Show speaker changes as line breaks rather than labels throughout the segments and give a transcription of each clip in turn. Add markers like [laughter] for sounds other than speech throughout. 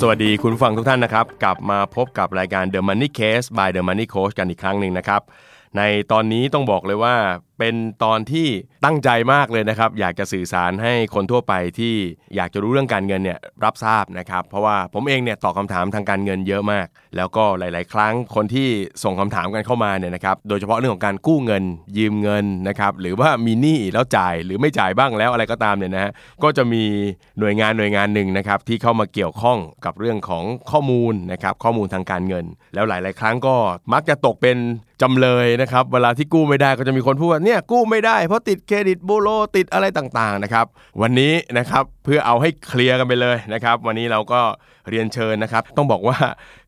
สวัสดีคุณผู้ฟังทุกท่านนะครับ กลับมาพบกับรายการ The Money Case by The Money Coach กันอีกครั้งหนึ่งนะครับ ในตอนนี้ต้องบอกเลยว่าเป็นตอนที่ตั้งใจมากเลยนะครับ อยากจะสื่อสารให้คนทั่วไปที่อยากจะรู้เรื่องการเงินเนี่ยรับทราบนะครับ เพราะว่าผมเองเนี่ยตอบคำถามทางการเงินเยอะมาก แล้วก็หลาย ๆ ครั้งคนที่ส่งคำถามกันเข้ามาเนี่ยนะครับโดยเฉพาะเรื่องของการกู้เงิน ยืมเงินนะครับหรือว่ามีหนี้แล้วจ่ายหรือไม่จ่ายบ้างแล้วอะไรก็ตามเนี่ยนะฮะก็จะมีหน่วยงานหน่วยงานหนึ่งนะครับที่เข้ามาเกี่ยวข้องกับเรื่องของข้อมูลนะครับข้อมูลทางการเงิน แล้วหลาย ๆ ครั้งก็มักจะตกเป็นจำเลยนะครับเวลาที่กู้ไม่ได้ก็จะมีคนพูดว่าเนี่ยกู้ไม่ได้เพราะติดเครดิตบูโรติดอะไรต่าง ๆ นะครับ วันนี้นะครับเพื่อเอาให้เคลียร์กันไปเลยนะครับ วันนี้เราก็เรียนเชิญนะครับ ต้องบอกว่า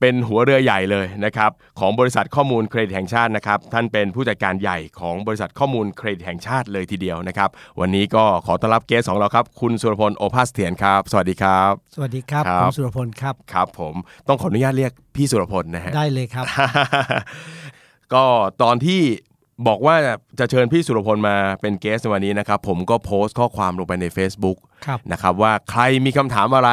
เป็นหัวเรือใหญ่เลยนะครับของบริษัทข้อมูลเครดิตแห่งชาตินะครับท่านเป็นผู้จัดการใหญ่ของบริษัทข้อมูลเครดิตแห่งชาติเลยทีเดียวนะครับ วันนี้ก็ขอต้อนรับเกสของเราครับ คุณสุรพลโอภาสเถียนครับ สวัสดีครับ
สวัสดีครับ
ครับ
ผมสุรพลครับ
ครับ ผมต้องขออนุญาตเรียกพี่สุรพลนะฮะ
ได้เลยครับ
[laughs] ก็ตอนที่บอกว่าจะเชิญพี่สุรพลมาเป็นเกสในวันนี้นะครับ ผมก็โพสต์ข้อความลงไปใน Facebook
ครับ
นะครับว่าใครมีคำถามอะไร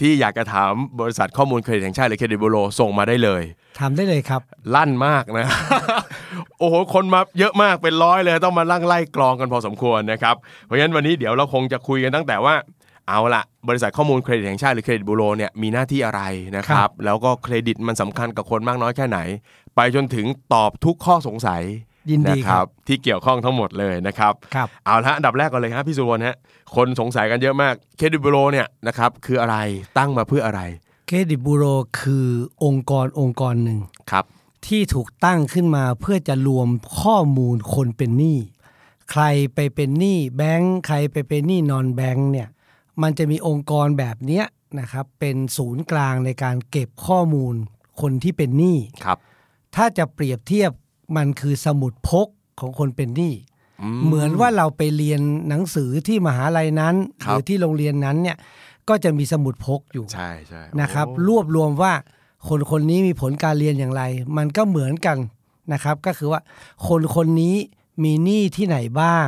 ที่อยากจะถามบริษัทข้อมูลเครดิตแห่งชาติหรือเครดิตบูโรส่งมาได้เลย
ถามได้เลยครับ
ลั่นมากนะ [laughs] โอ้โห คนมาเยอะมากเป็นร้อยเลยต้องมาลั่งไล่กรองกันพอสมควรนะครับ เพราะฉะนั้นวันนี้เดี๋ยวเราคงจะคุยกันตั้งแต่ว่า เอาละบริษัทข้อมูลเครดิตแห่งชาติหรือเครดิตบูโรเนี่ยมีหน้าที่อะไรนะค
ค
รั
รับ บ
แล้วก็เครดิตมันสำคัญกับคนมากน้อยแค่ไหน ไปจนถึงตอบทุกข้อสงสัย
ยินดี
ะ
ครับ
ที่เกี่ยวข้องทั้งหมดเลยนะครับ
ครับ
เอาละอันดับแรกก่อนเลยครับพี่สุวรรณฮะคนสงสัยกันเยอะมากเครดิตบูโรเนี่ยนะครับคืออะไรตั้งมาเพื่ออะไร
เครดิตบูโรคือองค์กรองค์กรหนึ่ง
ครับ
ที่ถูกตั้งขึ้นมาเพื่อจะรวมข้อมูลคนเป็นหนี้ ใครไปเป็นหนี้แบงค์ใครไปเป็นหนี้นอนแบงค์เนี่ย มันจะมีองค์กรแบบเนี้ยนะครับ เป็นศูนย์กลางในการเก็บข้อมูลคนที่เป็นหนี้
ครับ
ถ้าจะเปรียบเทียบมันคือสมุดพกของคนเป็นหนี้ เหมือนว่าเราไปเรียนหนังสือที่มหาลัยนั้น
ค
ห
รับ
รือที่โรงเรียนนั้นเนี่ยก็จะมีสมุดพกอยู่
ใช่ใช่
นะครับ
โอ้
รวบรวมว่าคนคนนี้มีผลการเรียนอย่างไร มันก็เหมือนกันนะครับ ก็คือว่าคนคนนี้มีหนี้ที่ไหนบ้าง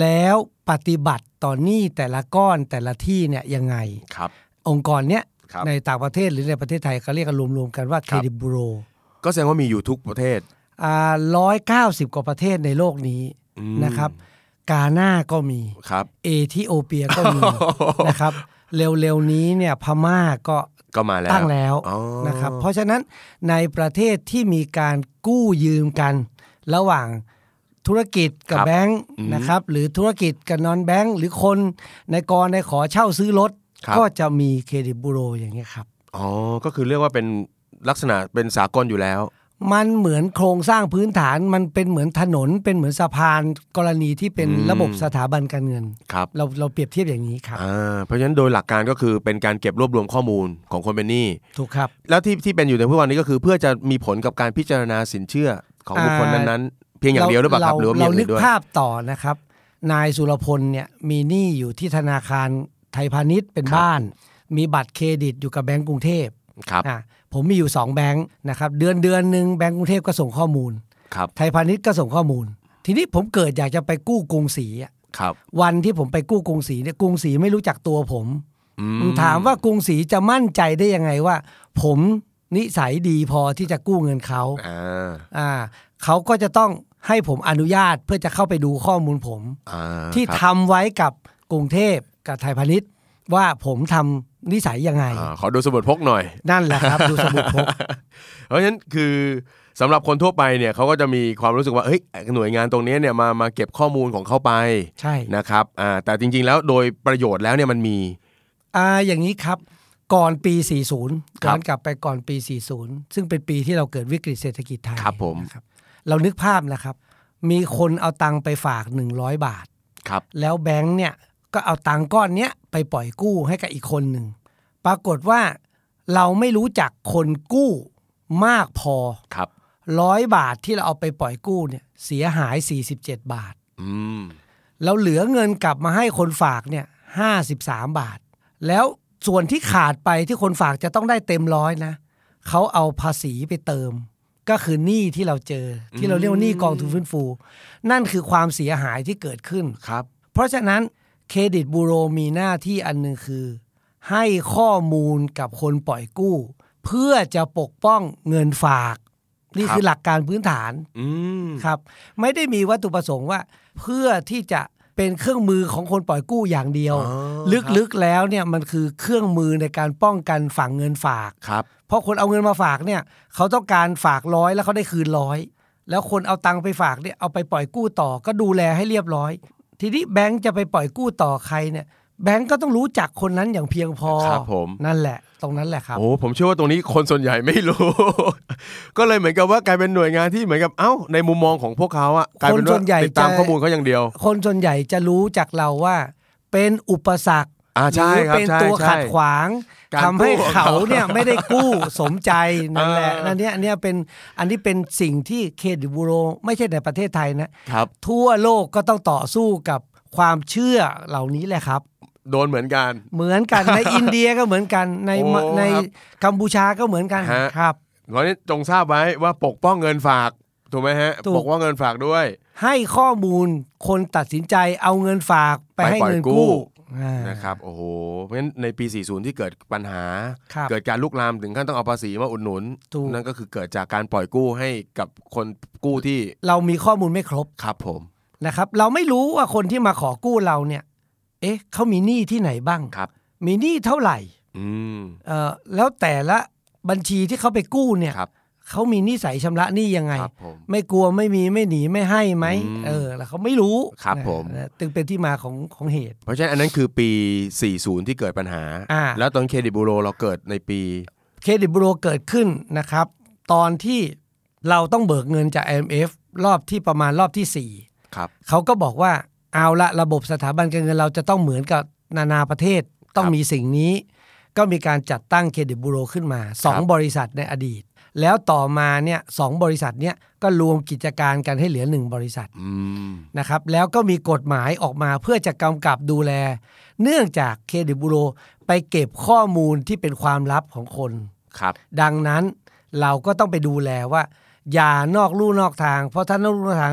แล้วปฏิบัติต่อหนี้แต่ละก้อนแต่ละที่เนี่ยยังไง
ครับ
องค์กรเนี้ย
ครับ
ในต่างประเทศหรือในประเทศไทยเขาเรียกกันรวมๆกันว่าเค
ครั
ร
บ
ดิตบูโร
ก็แสดงว่ามีอยู่ทุกประเทศ
ร้อยเก้าสิบกว่าประเทศในโลกนี้
อืม
นะครับ กาหน้าก็มี
ครับ
เอธิโอเปียก็
[laughs]
มี นะครับ เร็วๆนี้เนี่ยพม่าก็
ก็มาแล้ว
ตั้งแล้ว
อ๋อ
นะครับ เพราะฉะนั้นในประเทศที่มีการกู้ยืมกัน ระหว่างธุรกิจกับ
ครับ
แบงค์นะครับ หรือธุรกิจกับนอนแบงค์หรือคนในกรในขอเช่าซื้อรถ
ครับ
ก็จะมีเครดิตบูโรอย่างนี้ยครับ
อ๋อ ก็คือเรียกว่าเป็นลักษณะเป็นสากลอยู่แล้ว
มันเหมือนโครงสร้างพื้นฐานมันเป็นเหมือนถนนเป็นเหมือนสะพานกรณีที่เป็น
อืม
ระบบสถาบันการเงิน
ครับ
เราเราเปรียบเทียบอย่างนี้ครับ
อ่าเพราะฉะนั้นโดยหลักการก็คือเป็นการเก็บรวบรวมข้อมูลของคนเป็นหนี้
ถูกครับ
แล้วที่ที่เป็นอยู่ในทุกวันนี้ก็คือเพื่อจะมีผลกับการพิจารณาสินเชื่อของบุคคลนั้นๆ เพียงอย่างเดียวหรือเปล่าครับหรือว่ามีอ
เรา
ย่าง
นึ
อื่น
ก
ด้วย
ภาพต่อนะครับ นายสุรพลเนี่ยมีหนี้อยู่ที่ธนาคารไทยพาณิชย์เป็นบ้าน มีบัตรเครดิตอยู่กับแบงก์กรุงเทพ
ครับ
อ่ะผมมีอยู่ 2 แบงก์นะครับเดือนเดือนหนึ่งแบงก์กรุงเทพก็ส่งข้อมูล
ครับ
ไทยพาณิชย์ก็ส่งข้อมูล ทีนี้ผมเกิดอยากจะไปกู้กรุงศรีอ่ะ
ครับ
วันที่ผมไปกู้กรุงศรีเนี่ยกรุงศรีไม่รู้จักตัวผม
อื
ผมถามว่ากรุงศรีจะมั่นใจได้ยังไงว่า ผมนิสัยดีพอที่จะกู้เงินเขา
อ่า
อ่าเขาก็จะต้องให้ผมอนุญาตเพื่อจะเข้าไปดูข้อมูลผม
อ่า
ที่
ครับ
ทำไว้กับกรุงเทพกับไทยพาณิชย์ ว่าผมทำนิสัยยังไง
อ่าขอดูสมุดพกหน่อย
นั่นแหละครับ ดูสมุดพ
[laughs]
ก
เพราะฉะนั้นคือสำหรับคนทั่วไปเนี่ยเขาก็จะมีความรู้สึกว่าเฮ้ยหน่วยงานตรงเนี้ยเนี่ยมามาเก็บข้อมูลของเขาไป
ใช่
นะครับอ่าแต่จริงๆแล้วโดยประโยชน์แล้วเนี่ยมันมี
อ่าอย่างนี้ครับ ก่อนปี 40
ครับ
ย้อนกลับไปก่อนปี 40 ซึ่งเป็นปีที่เราเกิดวิกฤตเศรษฐกิจไทย
ครับผม
นะครับเรานึกภาพนะครับ มีคนเอาตังค์ไปฝาก 100 บาท
ครับ
แล้วแบงค์เนี่ยก็เอาตังค์ก้อนเนี้ยไปปล่อยกู้ให้กับอีกคนหนึ่ง ปรากฏว่าเราไม่รู้จักคนกู้มากพอ
ครับ
ร้อยบาทที่เราเอาไปปล่อยกู้เนี่ยเสียหาย 47 บาท
อืม
แล้วเหลือเงินกลับมาให้คนฝากเนี่ยห้าสิบสามบาท แล้วส่วนที่ขาดไปที่คนฝากจะต้องได้เต็มร้อยนะเขาเอาภาษีไปเติม ก็คือหนี้ที่เราเจอ ที่เราเรียกว่าหนี้กองทุนฟื้นฟู นั่นคือความเสียหายที่เกิดขึ้น
ครับ
เพราะฉะนั้นเครดิตบูโรมีหน้าที่อันหนึ่งคือ ให้ข้อมูลกับคนปล่อยกู้ เพื่อจะปกป้องเงินฝาก นี่คือหลักการพื้นฐาน
อืม
ครับไม่ได้มีวัตถุประสงค์ว่า เพื่อที่จะเป็นเครื่องมือของคนปล่อยกู้อย่างเดียว ลึกๆแล้วเนี่ยมันคือเครื่องมือในการป้องกันฝั่งเงินฝาก
ครับ
เพราะคนเอาเงินมาฝากเนี่ยเขาต้องการฝากร้อยแล้วเขาได้คืนร้อยแล้วคนเอาตังค์ไปฝากเนี่ยเอาไปปล่อยกู้ต่อก็ดูแลให้เรียบร้อย ทีนี้แบงค์จะไปปล่อยกู้ต่อใครเนี่ยแบงค์ก็ต้องรู้จักคนนั้นอย่างเพียงพอ
ครับผม
นั่นแหละ ตรงนั้นแหละครับ
โอ้ผมเชื่อว่าตรงนี้คนส่วนใหญ่ไม่รู้ [laughs] ก็เลยเหมือนกับว่ากลายเป็นหน่วยงานที่เหมือนกับเอ้าในมุมมองของพวกเขาอะกลายเป็น
คนส่
ว่า
วนใหญ่
ติดตาม
จะ
ข้อมูลเขาอย่างเดียว
คนส่วนใหญ่จะรู้จากเราว่า เป็นอุปสรรค
อ่า
ห
ใช่
รือ
ครับ
เป็น
ใช่
ตัว
ใช่
ขัดขวาง
การ
ทำให้
กู้ของ
เขา
เขา [laughs]
เนี่ยไม่ได้กู้สมใจนั่นแหละ
เออ
นั่นเนี่ยเนี่ยเป็นอันนี้เป็นสิ่งที่เครดิตบูโร ไม่ใช่ในประเทศไทยนะ
ครับ
ทั่วโลกก็ต้องต่อสู้กับความเชื่อเหล่านี้แหละครับ
โดนเหมือนกัน
เหมือนกัน
[laughs]
ใน อินเดียก็เหมือนกันใน
โอ้ครับ
ในกัมพูชาก็เหมือนกัน
ฮะ
ครับ
เพราะฉะนี้นจงทราบไว้ว่าปกป้องเงินฝากถูกไหมฮะ
ถูก
ปกป้องเงินฝากด้วย
ให้ข้อมูลคนตัดสินใจเอาเงินฝากไป
ไป
ให้
ปล่อย
เงิน
กู้
กู้อ่า
นะครับโอ้โหเพราะฉะนั้นในปี 40 ที่เกิดปัญหา
ครับ
เกิดการลุกลามถึงขั้นต้องเอาภาษีมาอุดหนุน
ถูก
นั่นก็คือเกิดจากการปล่อยกู้ให้กับคนกู้ที่
เรามีข้อมูลไม่ครบ
ครับผม
นะครับเราไม่รู้ว่าคนที่มาขอกู้เราเนี่ย เอ๊ะเขามีหนี้ที่ไหนบ้าง
ครับ
มีหนี้เท่าไหร่
อืม
เอ่อแล้วแต่ละบัญชีที่เขาไปกู้เนี่ย
ครับ
เขามีนิสัยชำระหนี้ยังไง
ครับผม
ไม่กลัวไม่มีไม่หนีไม่ให้ไหม
อืม
เออ แล้วเขาไม่รู้
ครับ
นะ
ผม
นะจึงเป็นที่มาของของเหตุ
เพราะฉะนั้นอันนั้นคือปี 40 ที่เกิดปัญหา
อ่า
แล้วตอนเครดิตบูโรเราเกิดในปี
เครดิตบูโรเกิดขึ้นนะครับ ตอนที่เราต้องเบิกเงินจาก IMF รอบที่ประมาณรอบที่สี่
ครับ
เขาก็บอกว่าเอาละระบบสถาบันการเงินเราจะต้องเหมือนกับนานาประเทศต้องมีสิ่งนี้ ก็มีการจัดตั้งเครดิตบูโรขึ้นมา
ครับ
2 บริษัทในอดีต แล้วต่อมาเนี่ยสองบริษัทเนี่ยก็รวมกิจการกันให้เหลือ 1 บริษัท
อืม
นะครับแล้วก็มีกฎหมายออกมาเพื่อจะกำกับดูแล เนื่องจากเครดิตบูโรไปเก็บข้อมูลที่เป็นความลับของคน
ครับ
ดังนั้นเราก็ต้องไปดูแลว่า อย่านอกลู่นอกทาง เพราะถ้านอกลู่นอกทาง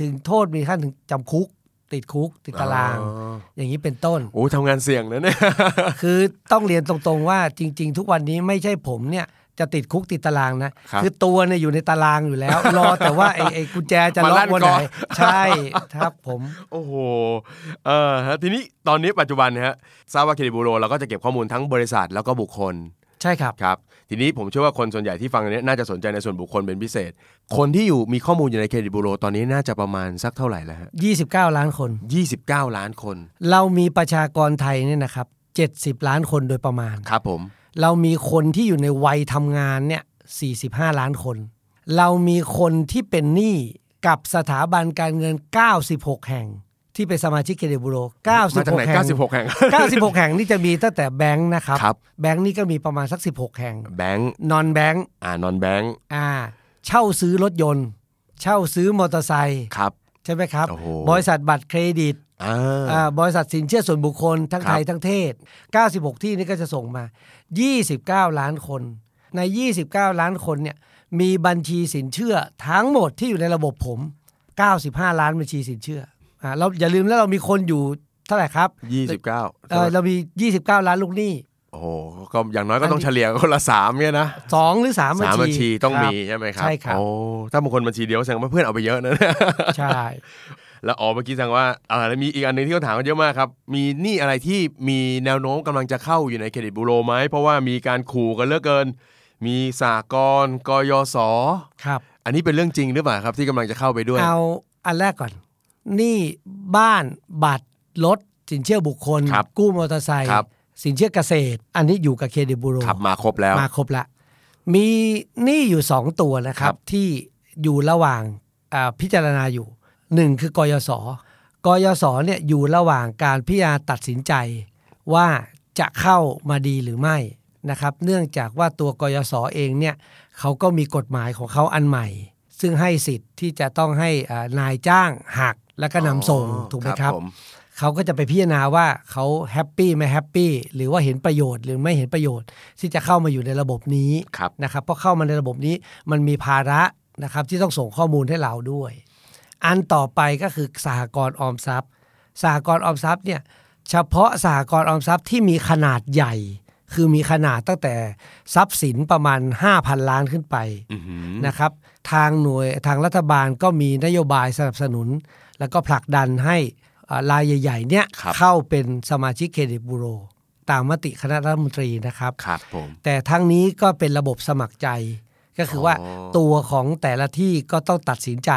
ถึงโทษมีขั้นถึงจำคุก ติดคุก ติดตาราง
อ๋อ
อย่างนี้เป็นต้น
โอ้ทำงานเสี่ยงนะเนี่ย [laughs]
คือต้องเรียนตรงๆว่าจริง ๆ ทุกวันนี้ไม่ใช่ผมเนี่ยจะติดคุกติดตารางนะครับ อตัวเนี่ยอยู่ในตารางอยู่แล้ว [laughs] รอแต่ว่าไอ้ไอ้กุญแจจะล็อ
มา
ก
ลั่น
วันไหน
ก่อน
ใช่ครับผม
โอ้โห เออฮะทีนี้ตอนนี้ปัจจุบันนะฮะทราบว่าเครดิตบูโรเราก็จะเก็บข้อมูลทั้งบริษัทแล้วก็บุคคล
ใช่ครับ
ครับ ทีนี้ผมเชื่อว่าคนส่วนใหญ่ที่ฟังเนี้ยน่าจะสนใจในส่วนบุคคลเป็นพิเศษ คนที่อยู่มีข้อมูลอยู่ในเครดิตบูโรตอนนี้น่าจะประมาณสักเท่าไหร่แล้วฮะ
29 ล้านคน
ยี่สิบเก้าล้านคน
เรามีประชากรไทยเนี่ยนะครับ70 ล้านคนโดยประมาณ
ครับผม
เรามีคนที่อยู่ในวัยทำงานเนี่ย45 ล้านคน เรามีคนที่เป็นหนี้กับสถาบันการเงิน 96 แห่ง ที่เป็นสมาชิกเครดิตบูโร
มาจากไหน
96 แห่ง
96แห่ง
96 แห่งนี่จะมีตั้งแต่แบงค์นะครับ
ครับ
แบงค์นี่ก็มีประมาณสัก 16 แห่ง
แบงก์
นอนแบงค์
อ่านอนแบงก์
อ่า เช่าซื้อรถยนต์ เช่าซื้อมอเตอร์ไซค์
ครับ
ใช่ไหมครับ
โอ้โห
บริษัทบัตรเครดิต
อ่
อ่า
า
บริษัทสินเชื่อส่วนบุคคลทั้ง
ครับ
ไทยทั้งเทศ 96 ที่นี่ก็จะส่งมา 29 ล้านคน ใน 29 ล้านคนเนี่ยมีบัญชีสินเชื่อทั้งหมดที่อยู่ในระบบผม 95 ล้านบัญชีสินเชื่ออ่าเราอย่าลืมแล้วเรามีคนอยู่เท่าไหร่ครับ
ยี่สิบเก้า
เอ่อเรามี 29 ล้านลูกหนี้
โอ้โหก็อย่างน้อยก็ต้อง
อันที่
เฉลี่ยคนละสามเนี่ยนะ
2 หรือ 3 บัญ
สาม
ชี
บัญชีต้องมี
ครั
ใช่ไหมครับ
ใช่ครับ
โอ้ถ้าบางคนบัญชีเดียวแสดงว่าเพื่อนเอาไปเยอะนะ
บใช่
แล้วอ๋อเมื่อกี้แสดงว่าเออแล้วมีอีกอันหนึงที่เขาถามกันเยอะมากครับ มีหนี้อะไรที่มีแนวโน้มกำลังจะเข้าอยู่ในเครดิตบูโรไหม เพราะว่ามีการขู่กันเหลือเกิน มีสากรณ์กยศ
ครับ
อันนี้เป็นเรื่องจริงหรือเปล่าครับที่กำลังจะเข้าไปด้วย
เอาอันแรกก่อนหนี่บ้านบัตรรถสินเชื่อบุคคล
ครับ
กู้มอเตอร์ไซค์
ครับ
สินเชื่อเกษตร อันนี้อยู่กับเครดิตบูโร
ขับมาครบแล้ว
มาครบละ มีหนี้อยู่ 2 ตัวนะครั
ครับ บ
ที่อยู่ระหว่างอ่าพิจารณาอยู่หนึ่งคือกยศกยศเนี่ยอยู่ระหว่างการพิจารณาตัดสินใจ ว่าจะเข้ามาดีหรือไม่นะครับ เนื่องจากว่าตัวกยศเองเนี่ย เขาก็มีกฎหมายของเขาอันใหม่ ซึ่งให้สิทธิ์ที่จะต้องให้อ่านายจ้างหักแล้วก็นำส่ง
อ๋อ
ถูกไหมครับ
ผม
เขาก็จะไปพิจารณาว่าเขาแฮปปี้ไม่แฮปปี้หรือว่าเห็นประโยชน์หรือไม่เห็นประโยชน์ ที่จะเข้ามาอยู่ในระบบนี้
ครับ
นะครับเพราะเข้ามาในระบบนี้มันมีภาระนะครับที่ต้องส่งข้อมูลให้เราด้วย อันต่อไปก็คือสหกรณ์ออมทรัพย์สหกรณ์ออมทรัพย์เนี่ยเฉพาะสหกรณ์ออมทรัพย์ที่มีขนาดใหญ่ คือมีขนาดตั้งแต่ทรัพย์สินประมาณ 5,000 ล้านขึ้นไป
อื้อหือ
นะครับทางหน่วยทางรัฐบาลก็มีนโยบายสนับสนุน แล้วก็ผลักดันให้อ่ารายใหญ่ๆเนี่ย
ครับ
เข้าเป็นสมาชิกเครดิตบูโร ตามมติคณะรัฐมนตรีนะครับ
ครับผม
แต่ทั้งนี้ก็เป็นระบบสมัครใจ ก็คือว่า
อ๋อ
ตัวของแต่ละที่ก็ต้องตัดสินใจ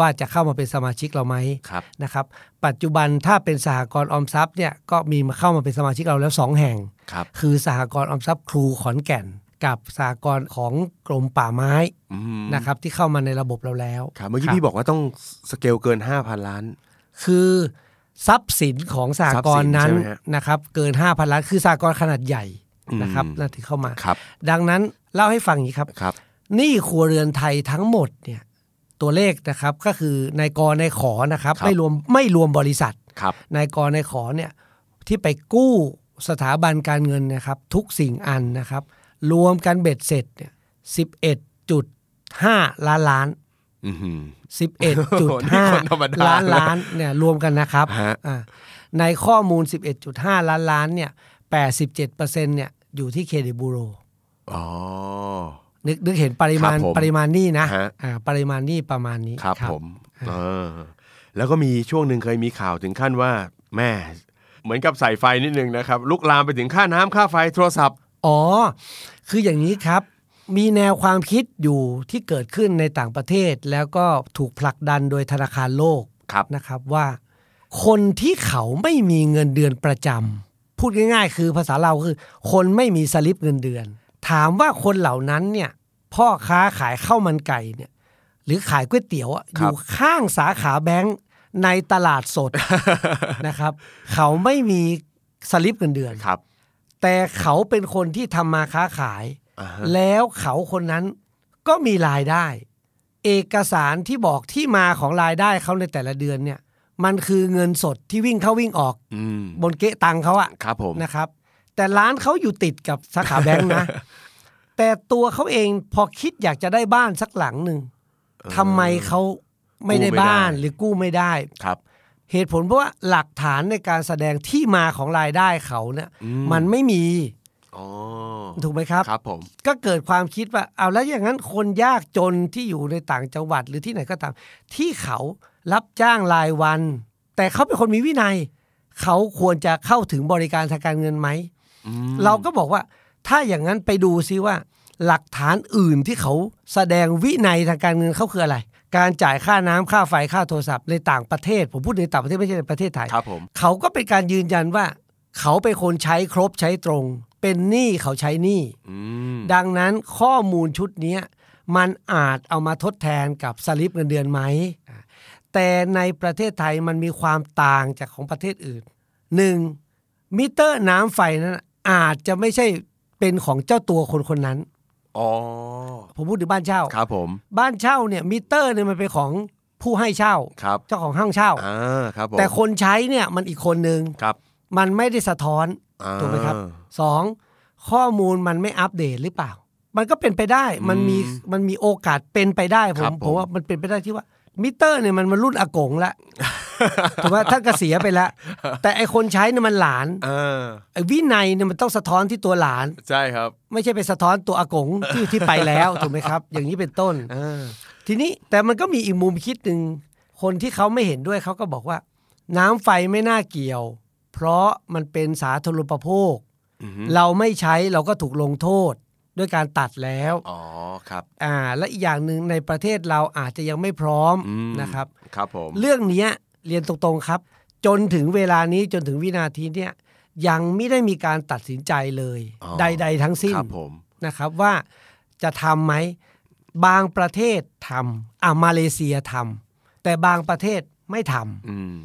ว่าจะเข้ามาเป็นสมาชิกเราไหม
ครับ
นะครับ ปัจจุบันถ้าเป็นสหกรณ์ออมทรัพย์เนี่ยก็มีมาเข้ามาเป็นสมาชิกเราแล้วสองแห่ง
ครับ
คือสหกรณ์ออมทรัพย์ครูขอนแก่น กับสหกรณ์ของกรมป่าไม้
อืม
นะครับที่เข้ามาในระบบเราแล้ว
ครับเมื่อกี้พี่บอกว่าต้องสเกลเกิน 5,000 ล้าน
คือทรัพย์สินของสหกรณ์นั้น
ทรัพย์สินใช่ไหมฮะ
นะครับเกิน 5,000 ล้านคือสหกรณ์ขนาดใหญ่นะครับ
อืม
นั่นถือเข้ามา
ครับ
ดังนั้นเล่าให้ฟังอย่างนี้ครับ
ครับ
หนี้ครัวเรือนไทยทั้งหมดเนี่ยตัวเลขนะครับก็คือนายกรนายขอนะครับไม่รวมไม่รวมบริษัท
ครับ
นายกรนายขอเนี่ยที่ไปกู้สถาบันการเงินนะครับทุกสิ่งอันนะครับรวมกันเบ็ดเสร็จเนี่ยสิบเอ็ดจุดห้าล้านล้าน
อือหือ
สิบเอ็ดจุด
นี่
ห้า
คนธรรมดา
ล้านล้านเนี่ยรวมกันนะครับ
ฮะ
อ่าในข้อมูล 11.5 ล้านล้านเนี่ย87เปอร์เซ็นต์เนี่ยอยู่ที่เครดิตบูโร
อ๋อ
นึกนึกเห็นปริมาณ
ครับผม
ปริมาณหนี้นะ
ฮะ
อ่าปริมาณหนี้ประมาณนี้
ครับผมเออแล้วก็มีช่วงหนึ่งเคยมีข่าวถึงขั้นว่า แม่ เหมือนกับใส่ไฟนิดนึงนะครับ ลุกลามไปถึงค่าน้ำค่าไฟโทรศัพท์
อ๋อ คืออย่างนี้ครับ มีแนวความคิดอยู่ที่เกิดขึ้นในต่างประเทศ แล้วก็ถูกผลักดันโดยธนาคารโลก
ครับ
นะครับว่าคนที่เขาไม่มีเงินเดือนประจำพูดง่ายๆ คือภาษาเราคือ คนไม่มีสลิปเงินเดือน ถามว่าคนเหล่านั้นเนี่ยพ่อค้าขายข้าวมันไก่เนี่ยหรือขายก๋วยเตี๋ยวอะ
ครับ
อยู่ข้างสาขาแบงก์ในตลาด [laughs] สด นะครับ เขาไม่มีสลิปเงินเดือน
ครับ
แต่เขาเป็นคนที่ทำมาค้าขาย
อ่าฮะ
แล้วเขาคนนั้นก็มีรายได้ เอกสารที่บอกที่มาของรายได้เขาในแต่ละเดือนเนี่ย มันคือเงินสดที่วิ่งเข้าวิ่งออก
อืม
บนเกะตังเขาอะ
ครับผม
นะครับ แต่ร้านเขาอยู่ติดกับสาขาแบงค์นะ
[laughs]
แต่ตัวเขาเองพอคิดอยากจะได้บ้านสักหลังหนึ่งทำไมเขาไม่ได้บ้านหรือกู้ไม่ได้
ครับ
เหตุผลเพราะว่าหลักฐานในการแสดงที่มาของรายได้เขาเนี่ย
อืม
มันไม่มี
อ๋อ
ถูกไหมครับ
ครับผม
ก็เกิดความคิดว่าเอาแล้วอย่างนั้นคนยากจนที่อยู่ในต่างจังหวัดหรือที่ไหนก็ตาม ที่เขารับจ้างรายวัน แต่เขาเป็นคนมีวินัย เขาควรจะเข้าถึงบริการทางการเงินไหม
อืม
เราก็บอกว่าถ้าอย่างนั้นไปดูซิว่า หลักฐานอื่นที่เขาแสดงวินัยทางการเงินเขาคืออะไร การจ่ายค่าน้ำค่าไฟค่าโทรศัพท์ในต่างประเทศ ผมพูดในต่างประเทศไม่ใช่ในประเทศไทย
ครับผม
เขาก็เป็นการยืนยันว่า เขาเป็นคนใช้ครบใช้ตรง เป็นหนี้เขาใช้หนี้
อืม
ดังนั้นข้อมูลชุดเนี้ยมันอาจเอามาทดแทนกับสลิปเงินเดือนไหมอ่าแต่ในประเทศไทยมันมีความต่างจากของประเทศอื่น 1. มิเตอร์น้ำไฟนั้นอาจจะไม่ใช่เป็นของเจ้าตัวคนคนนั้น
อ๋อ
ผมพูดถึงบ้านเช่า
ครับผม
บ้านเช่าเนี่ยมิเตอร์เนี่ยมันเป็นของผู้ให้เช่า
ครับ
เจ้าของห้างเช่า
อ่าครับผม
แต่คนใช้เนี่ยมันอีกคนนึง
ครับ
มันไม่ได้สะท้อน
อ่า
ถูกไหมครับ สองข้อมูลมันไม่อัปเดตหรือเปล่า มันก็เป็นไปได้มันมี
อืม
มันมีโอกาสเป็นไปได้ผ
ครั
ม
บผม
ผมว่ามันเป็นไปได้ที่ว่า มิเตอร์เนี่ยมันมันรุ่นอากง
[laughs]
ละถูกไหมท่านก็เสียไปแล้ว แต่ไอคนใช้เนี่ยมันหลาน
อ่า
ไอวินัยเนี่ยมันต้องสะท้อนที่ตัวหลาน
ใช่ครับ
ไม่ใช่ไปสะท้อนตัวอากงที่ที่ไปแล้วถูกไหมครับ อย่างนี้เป็นต้น
อ่า
ทีนี้แต่มันก็มีอีกมุมคิดหนึ่งคนที่เขาไม่เห็นด้วยเขาก็บอกว่า น้ำไฟไม่น่าเกี่ยว เพราะมันเป็นสาธารณูปโภค
อือหือ
เราไม่ใช้เราก็ถูกลงโทษด้วยการตัดแล้ว
อ๋อครับ
อ่าและอีกอย่างหนึ่งในประเทศเราอาจจะยังไม่พร้อม
อืม
นะครับ
ครับผม
เรื่องเนี้ยเรียนตรงๆครับ จนถึงเวลานี้จนถึงวินาทีเนี้ยยังไม่ได้มีการตัดสินใจเลย
อ๋อ
ใด ๆ ทั้งสิ้น
ครับผม
นะครับว่าจะทำไหมบางประเทศทำอ่ามาเลเซียทำแต่บางประเทศไม่ทำ
อืม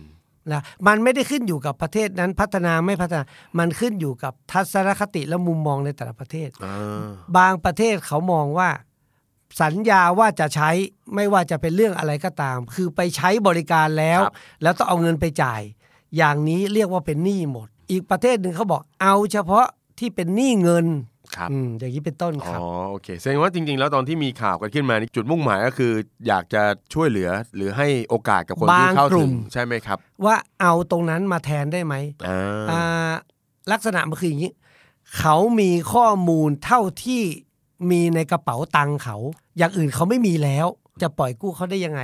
นะมันไม่ได้ขึ้นอยู่กับประเทศนั้นพัฒนาไม่พัฒนา มันขึ้นอยู่กับทัศนคติและมุมมองในแต่ละประเทศ
อ่า
บางประเทศเขามองว่า สัญญาว่าจะใช้ไม่ว่าจะเป็นเรื่องอะไรก็ตาม คือไปใช้บริการแล้ว
ครับ
แล้วต้องเอาเงินไปจ่าย อย่างนี้เรียกว่าเป็นหนี้หมด อีกประเทศหนึ่งเขาบอกเอาเฉพาะที่เป็นหนี้เงิน
ครับ
อืมอย่างนี้เป็นต้นครับ
อ๋อโอเคแสดงว่าจริง ๆ แล้วตอนที่มีข่าวกันขึ้นมานี่จุดมุ่งหมายก็คือ อยากจะช่วยเหลือหรือให้โอกาสกับคนที่
บาง
เข้ากถึ
ลุ่
ง
ม
ใช่ไหมครับ
ว่าเอาตรงนั้นมาแทนได้ไหม
อ่
อ่
า
าลักษณะมันคืออย่างนี้ เขามีข้อมูลเท่าที่มีในกระเป๋าตังค์เขา อย่างอื่นเขาไม่มีแล้ว จะปล่อยกู้เขาได้ยังไง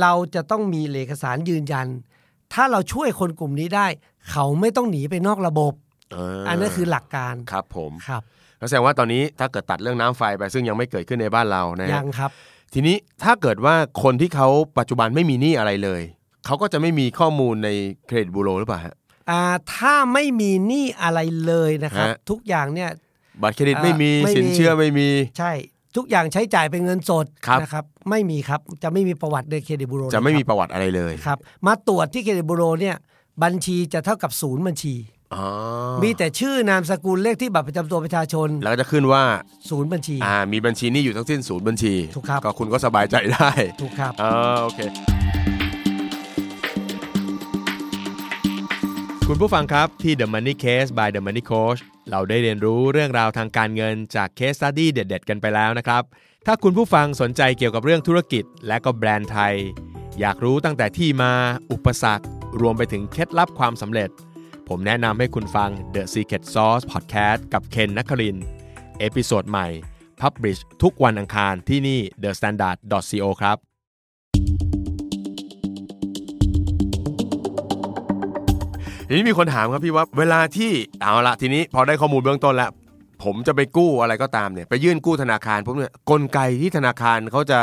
เราจะต้องมีเอกสารยืนยัน ถ้าเราช่วยคนกลุ่มนี้ได้ เขาไม่ต้องหนีไปนอกระบบ
า
อันนั้นคือหลักการ
ครับผม
ครับ
แล้วแสดงว่าตอนนี้ถ้าเกิดตัดเรื่องน้ำไฟไปซึ่งยังไม่เกิดขึ้นในบ้านเรานะ
ยังครับ
ทีนี้ถ้าเกิดว่าคนที่เขาปัจจุบันไม่มีหนี้อะไรเลยเขาก็จะไม่มีข้อมูลในเครดิตบูโรหรือเปล่าฮะ
อ่าถ้าไม่มีหนี้อะไรเลยนะครับ
ฮะ
ทุกอย่างเนี่ย
บัตรเครดิตไม่
เอ่อ
มี
ไม่มี
สินเชื่อไม่มี
ใช่ทุกอย่างใช้จ่ายเป็นเงินสด
ครับ
นะครับไม่มีครับจะไม่มีประวัติในเครดิตบูโร
จะไม่มี
เลย
ประวัติอะไรเลย
ครับครับ มาตรวจที่เครดิตบูโรเนี่ยบัญชีจะเท่ากับศูนย์บัญชี
อ๋อ
มีแต่ชื่อนามสกุลเลขที่บัตรประจำตัวประชาชน
แล้วก็จะขึ้นว่า
ศูนย์บัญชี
อ่ามีบัญชีหนี่อยู่ทั้งสิ้นศูนย์บัญชี
ถูกครับ
ก็คุณก็สบายใจได้
ถูกครับ
เออโอเค คุณผู้ฟังครับที่ The Money Case by The Money Coach เราได้เรียนรู้เรื่องราวทางการเงินจาก Case Study เด็ด ๆ กันไปแล้วนะครับ ถ้าคุณผู้ฟังสนใจเกี่ยวกับเรื่องธุรกิจ และก็แบรนด์ไทย อยากรู้ตั้งแต่ที่มาอุปสรรค รวมไปถึงเคล็ดลับความสำเร็จ ผมแนะนำให้คุณฟัง The Secret Sauce Podcast กับเคนนักครินทร์เอพิโซดใหม่ Publish ทุกวันอังคารที่นี่ The Standard co ครับ ทีนี้มีคนถามครับพี่ว่าเวลาที่เอาละทีนี้พอได้ข้อมูลเบื้องต้นแล้ว ผมจะไปกู้อะไรก็ตามเนี่ยไปยื่นกู้ธนาคารผมเนี่ยกลไกที่ธนาคารเขาจะ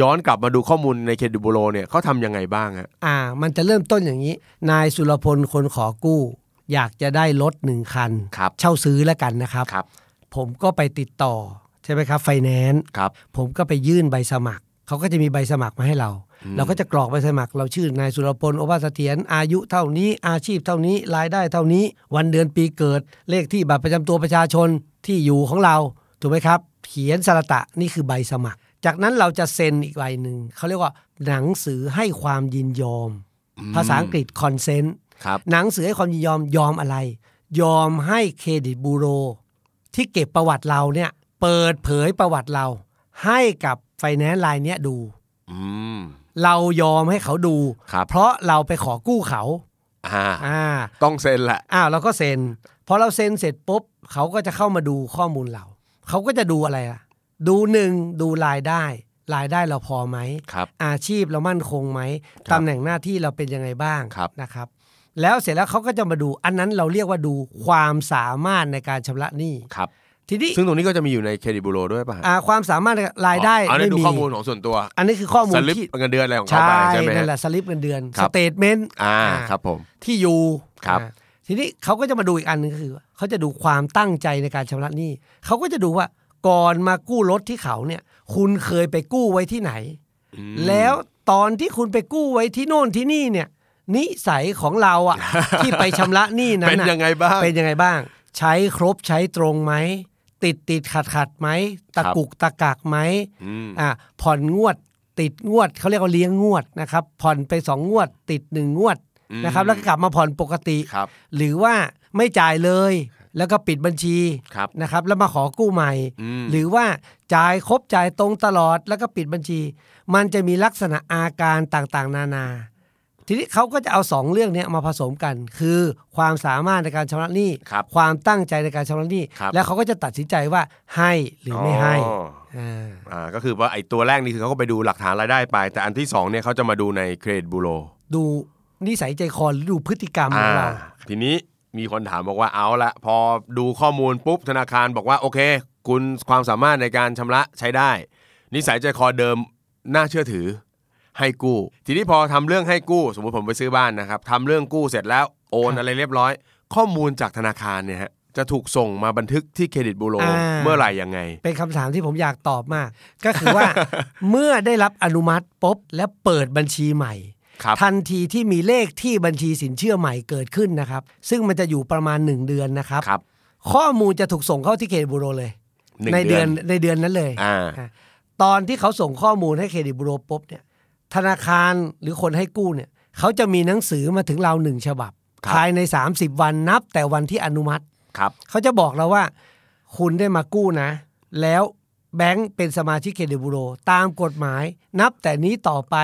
ย้อนกลับมาดูข้อมูลในเครดิตบูโรเนี่ยเขาทำยังไงบ้างฮะ
อ่ามันจะเริ่มต้นอย่างนี้ นายสุรพลคนขอกู้ อยากจะได้รถหนึ่งคัน
ครับ
เช่าซื้อแล้วกันนะครับ
ครับ
ผมก็ไปติดต่อใช่ไหมครับไฟแนนซ์
ครับ
ผมก็ไปยื่นใบสมัคร เขาก็จะมีใบสมัครมาให้เรา เราก็จะกรอกใบสมัคร เราชื่อนายสุรพลโอภาสเสถียรอายุเท่านี้อาชีพเท่านี้รายได้เท่านี้ วันเดือนปีเกิด เลขที่บัตรประจำตัวประชาชนที่อยู่ของเรา ถูกไหมครับ เขียนสรตะนี่คือใบสมัคร จากนั้นเราจะเซ็นอีกใบหนึ่งเขาเรียกว่าหนังสือให้ความยินยอม ภาษาอังกฤษ consent
ครับ
หนังสือให้ความยินยอมยอมอะไร ยอมให้เครดิตบูโร ที่เก็บประวัติเราเนี่ยเปิดเผยประวัติเรา ให้กับไฟแนนซ์รายเนี้ยดู
อืม
เรายอมให้เขาดู
ครับ
เพราะเราไปขอกู้เขา
อ่า
อ่า
ต้องเซ็นแหละ
อ้าวเราก็เซ็นพอเราเซ็นเสร็จปุ๊บเขาก็จะเข้ามาดูข้อมูลเรา เขาก็จะดูอะไรล่ะ ดูหนึ่งดูรายได้ รายได้เราพอไหม
ครับ
อาชีพเรามั่นคงไหม
ครับ
ตำแหน่งหน้าที่เราเป็นยังไงบ้าง
ครับ
นะครับ แล้วเสร็จแล้วเขาก็จะมาดูอันนั้นเราเรียกว่าดูความสามารถในการชำระหนี้
ครับ
ทีนี้
ซึ่งตรงนี้ก็จะมีอยู่ในเครดิตบูโรด้วยป่ะฮะ
อ่าความสามารถในรายได้
อ๋ออันนี้
ไม่
ดู
มี
ข้อมูลของส่วนตัว
อันนี้คือข้อมู
ส
ล
ลิป
ที่
เงินเดือนอะไรของเขา
ใช่
ไปใช่ไหม
นั่น
ฮะ
แหละสลิปเงินเดือน
ครั
ส
บ
เตทเมนต์
อ่าครับผม
ที่อยู่
ครับ
อ่าทีนี้เขาก็จะมาดูอีกอันหนึงก็คือเขาจะดูความตั้งใจในการชำระหนี้เขาก็จะดูว่าก่อนมากู้รถที่เขาเนี่ย คุณเคยไปกู้ไว้ที่ไหน
อืม
แล้วตอนที่คุณไปกู้ไว้ที่โน่นที่นี่เนี่ย นิสัยของเราอะ
[laughs]
ที่ไปชำระหนี้นั้
เป็น
น
ยัง
อะ
ไงบ้าง
เป็นยังไงบ้าง ใช้ครบใช้ตรงไหม ติดติดขัดขัดไหม ตะ
ครับ
กุกตะกักไหม
อืม
อ่ะผ่อนงวด ติดงวดเขาเรียกว่าเลี้ยงงวดนะครับ ผ่อนไปสองงวด ติดหนึ่งงวดนะครับ แล้วก็กลับมาผ่อนปกติ
ครับ
หรือว่าไม่จ่ายเลย แล้วก็ปิดบัญชี
ครับ
นะครับ แล้วมาขอกู้ใหม่
อืม
หรือว่าจ่ายครบจ่ายตรงตลอดแล้วก็ปิดบัญชี มันจะมีลักษณะอาการต่างๆ นานา ทีนี้เขาก็จะเอาสองเรื่องเนี้ยมาผสมกัน คือความสามารถในการชำระหนี้
ครับ
ความตั้งใจในการชำระหนี้
ครับ
แล้วเขาก็จะตัดสินใจว่าให้หรือไม่ให้
อ๋อ
อ่า
อ่าก็คือว่าไอ้ตัวแรกนี่คือเขาก็ไปดูหลักฐานรายได้ไป แต่อันที่สองเนี่ยเขาจะมาดูในเครดิตบูโร
ดูนิสัยใจคอหรือดูพฤติกรรมข
อ่า
องเรา
ทีนี้มีคนถามบอกว่าเอาละพอดูข้อมูลปุ๊บธนาคารบอกว่าโอเค คุณความสามารถในการชำระใช้ได้ นิสัยใจคอเดิมน่าเชื่อถือ ให้กู้ ทีนี้พอทำเรื่องให้กู้ สมมติผมไปซื้อบ้านนะครับทำเรื่องกู้เสร็จแล้วโอน
ครับ
อะไรเรียบร้อย ข้อมูลจากธนาคารเนี่ยฮะจะถูกส่งมาบันทึกที่เครดิตบูโร
อ่า
เมื่อไหร่ยังไง
เป็นคำถามที่ผมอยากตอบมาก ก็คือ
[laughs]
ว่า เมื่อได้รับอนุมัติปุ๊บและเปิดบัญชีใหม่
ครับ
ทันทีที่มีเลขที่บัญชีสินเชื่อใหม่เกิดขึ้นนะครับ ซึ่งมันจะอยู่ประมาณ 1 เดือนนะครับ
ครับ
ข้อมูลจะถูกส่งเข้าที่เขตบูโรเลย
หนึ่ง
ใน
เดื
เดื
อ
อน นในเดือนนั้นเลย
อ่า
อ่ะ ตอนที่เขาส่งข้อมูลให้เครดิตบูโรปุ๊บเนี่ยธนาคารหรือคนให้กู้เนี่ยเขาจะมีหนังสือมาถึงเราหนึ่งฉบับ
ครับ
ภายใน 30 วันนับ แต่วันที่อนุมัติ
ครับ
เขาจะบอกเราว่า คุณได้มากู้นะ แล้วแบงก์เป็นสมาชิกเครดิตบูโรตามกฎหมาย นับแต่นี้ต่อไป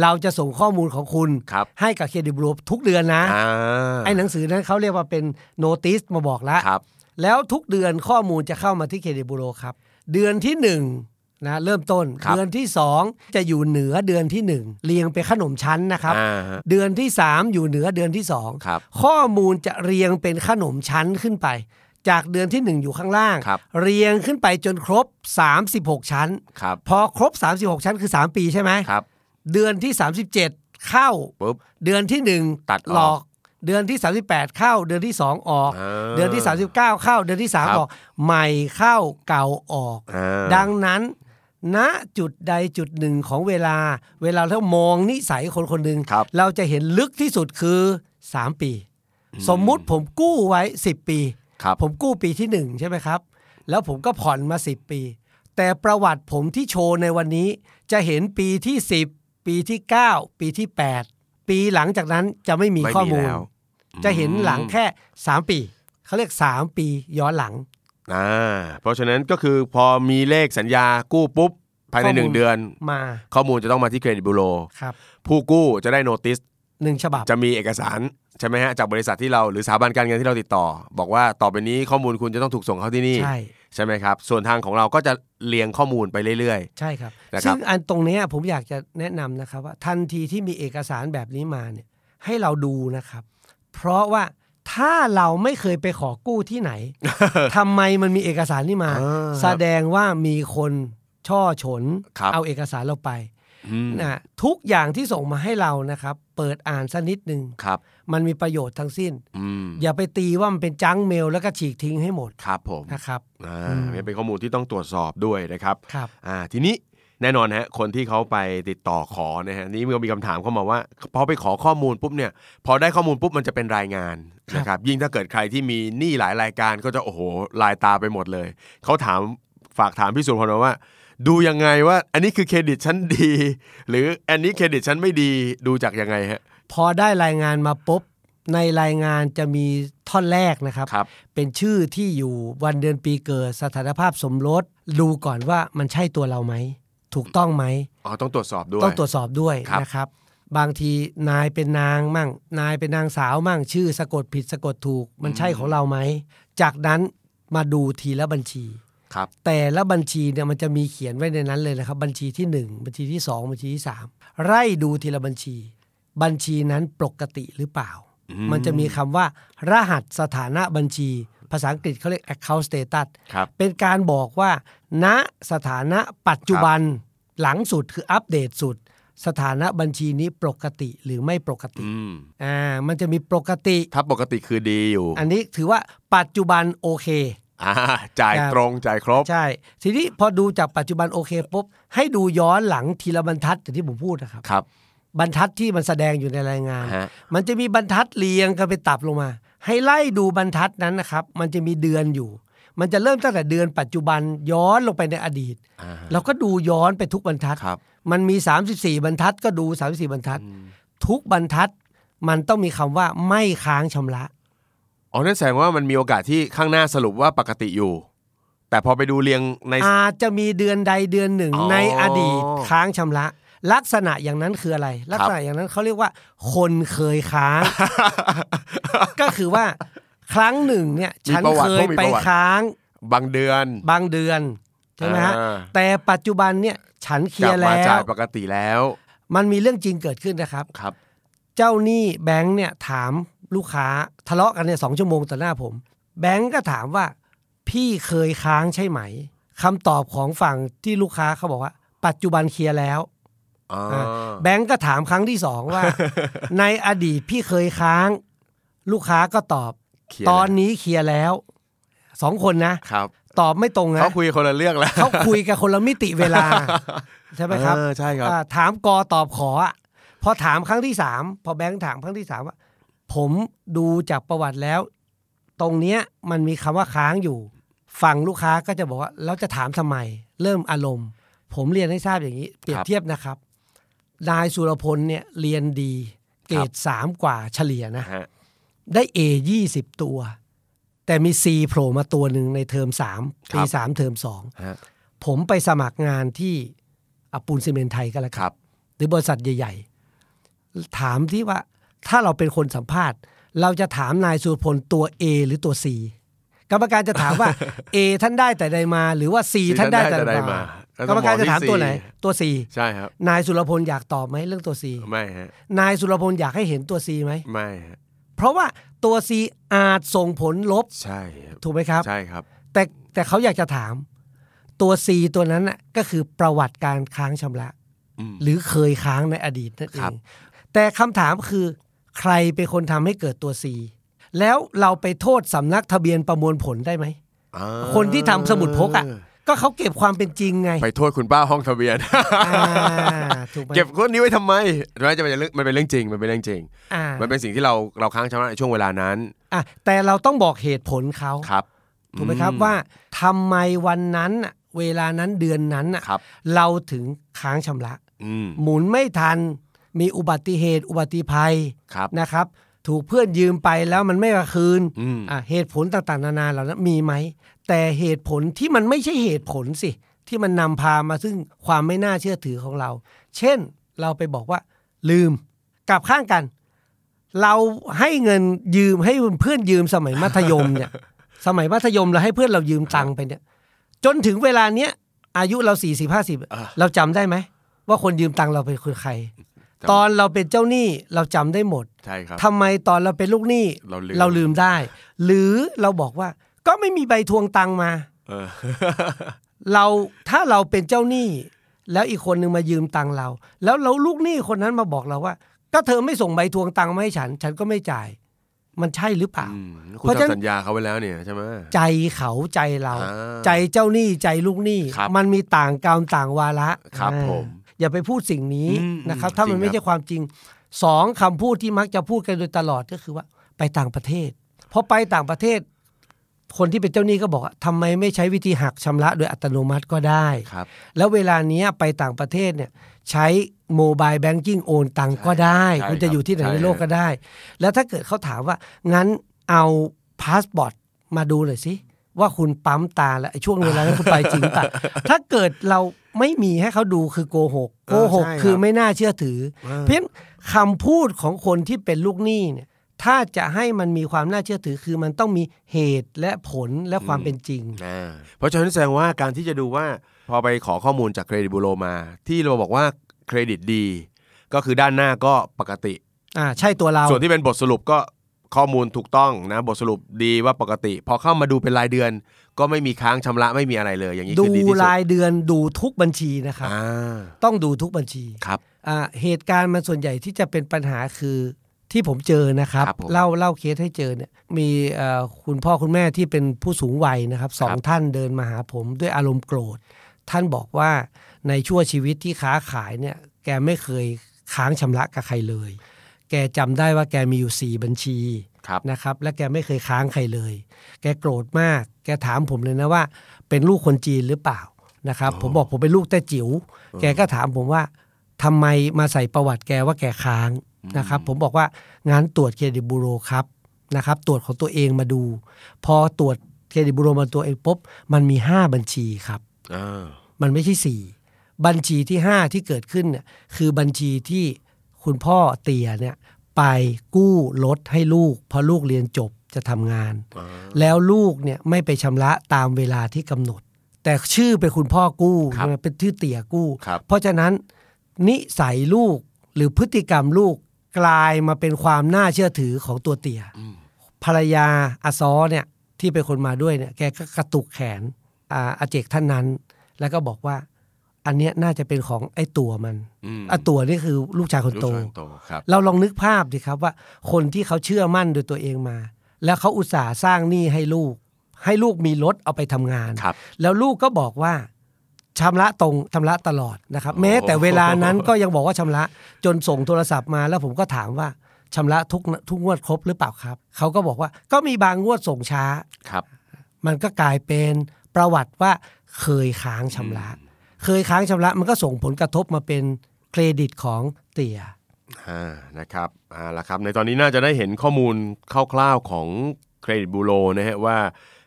เราจะส่งข้อมูลของคุณ
ครับ
ให้กับเครดิตบูโรทุกเดือนนะ
อ่า
ไอ้หนังสือนั้นเขาเรียกว่าเป็นโนติสมาบอกแล้ว
ครับ
แล้วทุกเดือนข้อมูลจะเข้ามาที่เครดิตบูโรครับ เดือนที่1นงนะเริ่มต้น เดือนที่ 2 จะอยู่เหนือเดือนที่ 1 เรียงเป็นขนมชั้นนะครับ
อ่าฮะ
เดือนที่ 3 อยู่เหนือเดือนที่ 2
ครับ
ข้อมูลจะเรียงเป็นขนมชั้นขึ้นไป จากเดือนที่ 1 อยู่ข้างล่าง
ครับ
เรียงขึ้นไปจนครบ 36 ชั้น
ครับ
พอครบ 36 ชั้นคือ 3 ปีใช่ไหม
ครับ
เดือนที่ 37 เข้า
ปุ๊บ
เดือนที่หนึ่ง
ตัดออก
หลอก เดือนที่ 38 เข้า เดือนที่ 2 ออก
อ่า
เดือนที่ 39 เข้า เดือนที่
ครับ
3 ออก ใหม่เข้าเก่าออก
อ่า
ดังนั้น ณจุดใดจุดหนึ่งของเวลา เวลาเรามองนิสัยคนคนหนึ่ง
ครับ
เราจะเห็นลึกที่สุดคือ 3 ปี สมมุติผมกู้ไว้ 10 ปี
ครับ
ผมกู้ปีที่ 1 ใช่ไหมครับ แล้วผมก็ผ่อนมา 10 ปี แต่ประวัติผมที่โชว์ในวันนี้จะเห็นปีที่ 10 ปีที่ 9 ปีที่ 8 ปีหลังจากนั้นจะไม่มี
ไม่มี
ข้อมูล
แล้ว
จะเห็นหลัง
อืม
แค่ 3 ปี เขาเรียก 3 ปีย้อนหลัง
อ่าเพราะฉะนั้นก็คือพอมีเลขสัญญากู้ปุ๊บ ภายใน
ข้อมูล
หนึ่งเดือน
มา
ข้อมูลจะต้องมาที่เครดิตบูโร
ครับ
ผู้กู้จะได้โนติส
หนึ่งฉบับ
จะมีเอกสาร ใช่ไหมฮะ จากบริษัทที่เราหรือสถาบันการเงินที่เราติดต่อ บอกว่าต่อไปนี้ข้อมูลคุณจะต้องถูกส่งเข้าที่นี่
ใช่
ใช่ไหมครับ ส่วนทางของเราก็จะเรียงข้อมูลไปเรื่อย
ใช่ครับ
นะครับ
ซึ่งอันตรงเนี้ยผมอยากจะแนะนำนะครับว่าทันทีที่มีเอกสารแบบนี้มาเนี่ยให้เราดูนะครับ เพราะว่าถ้าเราไม่เคยไปขอกู้ที่
[laughs]
ไหน ทำไมมันมีเอกสารนี่มา
อ่า
แสดงว่ามีคนช่อฉน
ครับ
เอาเอกสารเราไป
ๆอืม
นะทุกอย่างที่ส่งมาให้เรานะครับ เปิดอ่านสักนิดหนึ่ง
ครับ
มันมีประโยชน์ทั้งสิ้น
อืม
อย่าไปตีว่ามันเป็นจังเมลแล้วก็ฉีกทิ้งให้หมด
ครับผม
นะครับ
อ่า
อืม
เป็นข้อมูลที่ต้องตรวจสอบด้วยนะครับ
ครับ
อ่าทีนี้แน่นอนฮะคนที่เขาไปติดต่อขอนะฮะนี่มันก็มีคำถามเข้ามาว่าพอไปขอข้อมูลปุ๊บเนี่ยพอได้ข้อมูลปุ๊บมันจะเป็นรายงาน
ครับ
นะครับยิ่งถ้าเกิดใครที่มีหนี้หลายรายการก็จะโอ้โหลายตาไปหมดเลย เขาถามฝากถามพี่สุพลมาว่า ดูยังไงว่า อันนี้คือเครดิตฉันดี [laughs] หรืออันนี้เครดิตฉันไม่ดีดูจากยังไงฮะ
พอได้รายงานมาปุ๊บในรายงานจะมีท่อนแรกนะครับ
ครับ
เป็นชื่อที่อยู่วันเดือนปีเกิดสถานภาพสมรส ดูก่อนว่ามันใช่ตัวเราไหม ถูกต้องไหม
อ๋อต้องตรวจสอบด้วย
ต้องตรวจสอบด้วย
ครับ
นะครับ บางทีนายเป็นนางมั่ง นายเป็นนางสาวมั่ง ชื่อสะกดผิดสะกดถูกมันใช่ของเราไหม จากนั้นมาดูทีละบัญชี
ครับ
แต่ละบัญชีเนี่ยมันจะมีเขียนไว้ในนั้นเลยนะครับ บัญชีที่ 1 บัญชีที่ 2 บัญชีที่ 3 ไล่ดูทีละบัญชี บัญชีนั้นปกติหรือเปล่า มันจะมีคำว่า รหัสสถานะบัญชี ภาษาอังกฤษเขาเรียก account status
ครับ
เป็นการบอกว่า ณสถานะปัจจุบันหลังสุดคืออัปเดตสุด สถานะบัญชีนี้ปกติหรือไม่ปกติ
อืม
อ่ามันจะมีปกติ
ถ้าปกติคือดีอยู่
อันนี้ถือว่าปัจจุบันโอเค
อ่าจ่าย
ครับ
ตรงจ่ายครบ
ใช่ ทีนี้พอดูจากปัจจุบันโอเคปุ๊บ ให้ดูย้อนหลังทีละบรรทัดอย่างที่ผมพูดนะครับ
ครับ
บรรทัดที่มันแสดงอยู่ในรายงาน
ฮะ
มันจะมีบรรทัดเรียงกันไปตับลงมา ให้ไล่ดูบรรทัดนั้นนะครับ มันจะมีเดือนอยู่ มันจะเริ่มตั้งแต่เดือนปัจจุบันย้อนลงไปในอดีต
อ่าฮะ
เราก็ดูย้อนไปทุกบรรทัด
ครับ
มันมี 34 บรรทัดก็ดู 34 บรรทัด ทุกบรรทัดมันต้องมีคำว่าไม่ค้างชำระ
อ๋อนั่นแสดงว่ามันมีโอกาสที่ข้างหน้าสรุปว่าปกติอยู่ แต่พอไปดูเรียงใน
อาจจะมีเดือนใดเดือนหนึ่ง
อ๋อ
ในอดีตค้างชำระ ลักษณะอย่างนั้นคืออะไร ลักษณะอย่างนั้นเขาเรียกว่า คนเคยค้าง
[laughs]
ก็คือว่า ครั้งหนึ่งเนี่ย
มี
ฉัน
ประวัติ
เคย
พวกมีป
ไป
ระวัติ
ค้าง
[laughs] บางเดือน
บางเดือนใช่ไหมฮะ
อ่า
แต่ปัจจุบันเนี่ยฉันเค
ก
ลี
ลับ
ยร์
มา
แล้
จ่า
วย
ปกติแล้ว
มันมีเรื่องจริงเกิดขึ้นนะครับ
ครับ
เจ้าหนี้แบงค์เนี่ยถามลูกค้าทะเลาะกันเนี่ยสองชั่วโมงต่อหน้าผม แบงค์ก็ถามว่า พี่เคยค้างใช่ไหมคำตอบของฝั่งที่ลูกค้าเขาบอกว่า ปัจจุบันเคลียร์แล้ว
อ๋อ
แบงก์ก็ถามครั้งที่สอง
[laughs]
ว่า ในอดีตพี่เคยค้าง ลูกค้าก็ตอบ
เคลียร์แล้ว
ตอนนี้เคลียร์แล้วสองคนนะ
ครับ
ตอบไม่ตรงนะ
เขาคุยคนละเรื่องแล้ว
เขาคุยกับคนละมิติเว
[laughs]
ลา ใช่ไหมครับ
เออใช่ครับ
อ่าถามกอตอบขออะพอถามครั้งที่สามพอแบงค์ถามครั้งที่สามว่า ผมดูจากประวัติแล้ว ตรงเนี้ยมันมีคำว่าค้างอยู่ ฝั่งลูกค้าก็จะบอกว่า แล้วจะถามทำไม เริ่มอารมณ์ ผมเรียนให้ทราบอย่างนี้ เปรียบเทียบนะครับ นายสุรพลเนี่ยเรียนดี เกรดสามกว่าเฉลี่ยนะ
ฮะ
ได้ A 20 ตัว แต่มี C โผล่มาตัวหนึ่งในเทอม3ปี3เทอม
ฮะ
2 ผมไปสมัครงานที่อะปูนซีเมนต์ไทยก็แล้ว
ค
ค
รั
รับ บ หรือบริษัทใหญ่ ๆ ถามที่ว่าถ้าเราเป็นคนสัมภาษณ์ เราจะถามนายสุรพลตัว A หรือตัว C กรรมการจะถามว่า A ท่านได้แต่ใดมา หรือว่า C ท่านได้แต่ใดมากรรมการจะถามตัวไหน ตัว C
ใช่ครับ
นายสุรพลอยากตอบไหมเรื่องตัว C
ไม่ฮะ
นายสุรพลอยากให้เห็นตัว C ไหม
ไม่ฮะ
เพราะว่าตัว C อาจส่งผลลบ
ใช่ครับ
ถูกไหมครับ
ใช่ครับ
แต่แต่เขาอยากจะถาม ตัว C ตัวนั้นน่ะก็คือประวัติการค้างชำระ
อืม
หรือเคยค้างในอดีตนั่นเอ
ครับ
งแต่คำถามคือใครเป็นคนทำให้เกิดตัว C แล้วเราไปโทษสำนักทะเบียนประมวลผลได้ไหม
อ่า
คนที่ทำสมุดพกอ่ะ ก็เขาเก็บความเป็นจริงไง
ไปโทษคุณป้าห้องทะเบียน [laughs]
อ่าถูกไหม
เก็บคนนี้ไว้ทำไมมันจะเป็นเรื่องมันเป็นเรื่องจริง มันเป็นเรื่องจริง
อ่า
มันเป็นสิ่งที่เราเราค้างชำระในช่วงเวลานั้น
อ่ะแต่เราต้องบอกเหตุผลเขา
ครับ
ถูกไหมครับ
อื
ว่าทำไมวันนั้นน่ะเวลานั้นเดือนนั้นน่ะ
ครับ
เราถึงค้างชำระ
อืม
หมุนไม่ทันมีอุบัติเหตุ อุบัติภัย
ครับ
นะครับ ถูกเพื่อนยืมไปแล้วมันไม่มาคืน
อืม
อ่ะเหตุผลต่างๆ นานาเหล่านั้นมีไหม แต่เหตุผลที่มันไม่ใช่เหตุผลสิ ที่มันนำพามาซึ่งความไม่น่าเชื่อถือของเรา เช่นเราไปบอกว่า ลืมกลับข้างกัน เราให้เงินยืมให้เพื่อนยืมสมัยมัธยม
[laughs]
เนี่ย สมัยมัธยมเราให้เพื่อนเรายืมตังค์ไปเนี่ย จนถึงเวลาเนี้ยอายุเราสี่สิบห้าสิบเราจำได้ไหม ว่าคนยืมตังค์เราเป็นคือใคร
จำ
ตอนเราเป็นเจ้าหนี้เราจำได้หมด
ใช่ครับ
ทำไมตอนเราเป็นลูกหนี้
เราลืม
เราลืมได้ หรือเราบอกว่าก็ไม่มีใบทวงตังค์มา
เอ
[laughs]
อ
เราถ้าเราเป็นเจ้าหนี้แล้วอีกคนหนึ่งมายืมตังค์เรา แล้วเราลูกหนี้คนนั้นมาบอกเราว่า ก็เธอไม่ส่งใบทวงตังค์มาให้ฉัน ฉันก็ไม่จ่าย มันใช่หรือเปล่า
อืมคุณ
เพราะฉะนั้น
ทำสัญญาเขาไว้แล้วเนี่ยใช่ไหม
ใจเขาใจเรา
อ่า
ใจเจ้าหนี้ใจลูกหนี้
ครับ
มันมีต่างกรรมต่างวาระ
ครับ
อ่า
ผม
อย่าไปพูดสิ่งนี้
อืม
นะครับ
อืม
ถ้ามัน
จริงครับ
ไม่ใช่ความจริงสองคำพูดที่มักจะพูดกันโดยตลอดก็คือว่าไปต่างประเทศพอไปต่างประเทศ คนที่เป็นเจ้าหนี้ก็บอกว่าทำไมไม่ใช้วิธีหักชำระโดยอัตโนมัติก็ได้
ครับ
แล้วเวลาเนี้ยไปต่างประเทศเนี่ยใช้โมบายแบงกิ้งโอนตังก็ได้
ใช่
คุณจะอยู่ที่ไหน
ครับ
ในโลก
ใช่
ก็ได้ แล้วถ้าเกิดเขาถามว่า งั้นเอาพาสปอร์ตมาดูหน่อยสิ ว่าคุณปั๊มตาแล้วไอ้ช่วงเวลานั้นคุณไปจริงป่ะ
[laughs]
ถ้าเกิดเราไม่มีให้เขาดูคือโกหกโกหก
ใช่ครับ
คือไม่น่าเชื่อถือ เพราะฉะนั้นคำพูดของคนที่เป็นลูกหนี้เนี่ยถ้าจะให้มันมีความน่าเชื่อถือคือมันต้องมีเหตุและผลและความ
อืม
เป็นจริง
อ่าเพราะฉะนั้นแสดงว่าการที่จะดูว่าพอไปขอข้อมูลจากเครดิตบูโรมา ที่เราบอกว่าเครดิตดี ก็คือด้านหน้าก็ปกติ
อ่า ใช่ตัวเรา
ส่วนที่เป็นบทสรุปก็ข้อมูลถูกต้องนะบทสรุปดีว่าปกติ พอเข้ามาดูเป็นรายเดือน ก็ไม่มีค้างชำระไม่มีอะไรเลย อย่างนี้
ดู
คือดีที่สุด
รายเดือนดูทุกบัญชีนะครับ
อ่า
ต้องดูทุกบัญชี
ครับ
อ่าเหตุการณ์มันส่วนใหญ่ที่จะเป็นปัญหาคือที่ผมเจอนะครับ
ครับผม
เล่าเล่าเคสให้เจอเนี่ยมีเอ่อคุณพ่อคุณแม่ที่เป็นผู้สูงวัยนะครับสอ
ค
ง
รับ
ท่านเดินมาหาผมด้วยอารมณ์โกรธ ท่านบอกว่าในชั่วชีวิตที่ค้าขายเนี่ยแกไม่เคยค้างชำระกับใครเลย แกจำได้ว่าแกมีอยู่สี่บัญชี
ครับ
นะครับและแกไม่เคยค้างใครเลย แกโกรธมาก แกถามผมเลยนะว่า เป็นลูกคนจีนหรือเปล่านะครับ ผมบอกผมเป็นลูกแต่จิ๋วแกก็ถามผมว่าทำไมมาใส่ประวัติแกว่าแกค้างนะครับ ผมบอกว่างานตรวจเครดิตบูโรครับนะครับ ตรวจของตัวเองมาดู พอตรวจเครดิตบูโรมาตัวเองปุ๊บมันมี 5 บัญชีครับ
อ่า
มันไม่ใช่สี่บัญชีที่ห้าที่เกิดขึ้นเนี่ยคือบัญชีที่คุณพ่อเตียเนี่ยไปกู้รถให้ลูกเพราะลูกเรียนจบจะทำงาน แล้วลูกเนี่ยไม่ไปชำระตามเวลาที่กำหนด แต่ชื่อเป็นคุณพ่อกู้
ครับ
ใช่ไหมเป็นชื่อเตียกู้
ครับ
เพราะฉะนั้นนิสัยลูกหรือพฤติกรรมลูกกลายมาเป็นความน่าเชื่อถือของตัวเตีย ภรรยาอาซอเนี่ยที่เป็นคนมาด้วยเนี่ยแกก็กระตุกแขนอาอาเจกท่านนั้น แล้วก็บอกว่า อันเนี้ยน่าจะเป็นของไอ้ตัวมัน
อืม
อะตัวนี่คือลูกชายค
ลูก
นโต
ชายคนโตครับ
เราลองนึกภาพดิครับว่าคนที่เขาเชื่อมั่นโดยตัวเองมา แล้วเขาอุตส่าห์สร้างหนี้ให้ลูก ให้ลูกมีรถเอาไปทำงาน
ครับ
แล้วลูกก็บอกว่าชำระตรงชำระตลอดนะครับ แม้แต่เวลานั้นก็ยังบอกว่าชำระจนส่งโทรศัพท์มาแล้วผมก็ถามว่าชำระทุกทุกงวดครบหรือเปล่าครับเขาก็บอกว่าก็มีบางงวดส่งช้า
ครับ
มันก็กลายเป็นประวัติว่าเคยค้างชำระ
อืม
เคยค้างชำระมันก็ส่งผลกระทบมาเป็นเครดิตของเตีย
อ่านะครับอ่าละครับ ในตอนนี้น่าจะได้เห็นข้อมูลคร่าวๆของเครดิตบูโรนะฮะว่า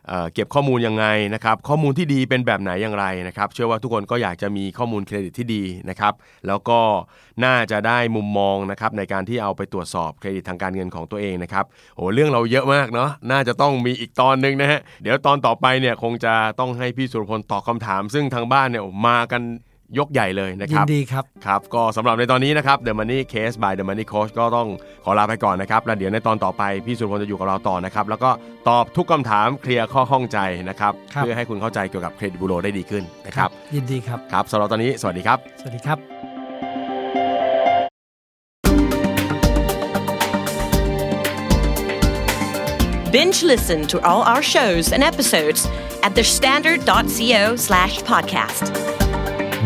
เอ่อเก็บข้อมูลยังไงนะครับ ข้อมูลที่ดีเป็นแบบไหนอย่างไรนะครับ เชื่อว่าทุกคนก็อยากจะมีข้อมูลเครดิตที่ดีนะครับ แล้วก็น่าจะได้มุมมองนะครับในการที่เอาไปตรวจสอบเครดิตทางการเงินของตัวเองนะครับโอ้เรื่องเราเยอะมากเนาะน่าจะต้องมีอีกตอนหนึ่งนะฮะเดี๋ยวตอนต่อไปเนี่ยคงจะต้องให้พี่สุรพลตอบคำถาม ซึ่งทางบ้านเนี่ยมากันยกใหญ่เลยนะค
ยิ
รั
น
บ
ดีครับ
ครับก็สำหรับในตอนนี้นะครับ The Money Case by The Money Coach ก็ต้องขอลาไปก่อนนะครับ แล้วเดี๋ยวในตอนต่อไป พี่สุรพลจะอยู่กับเราต่อนะครับ แล้วก็ตอบทุกคำถามเคลียร์ข้อข้องใจนะครับ
ครับ
เพื่อให้คุณเข้าใจเกี่ยวกับเครดิตบูโรได้ดีขึ้นนะครับ
ยินดีครับ
ครับสำหรับตอนนี้สวัสดีครับ
สวัสดีครับ
Binge listen to all our shows and episodes at thestandard.co slash podcast.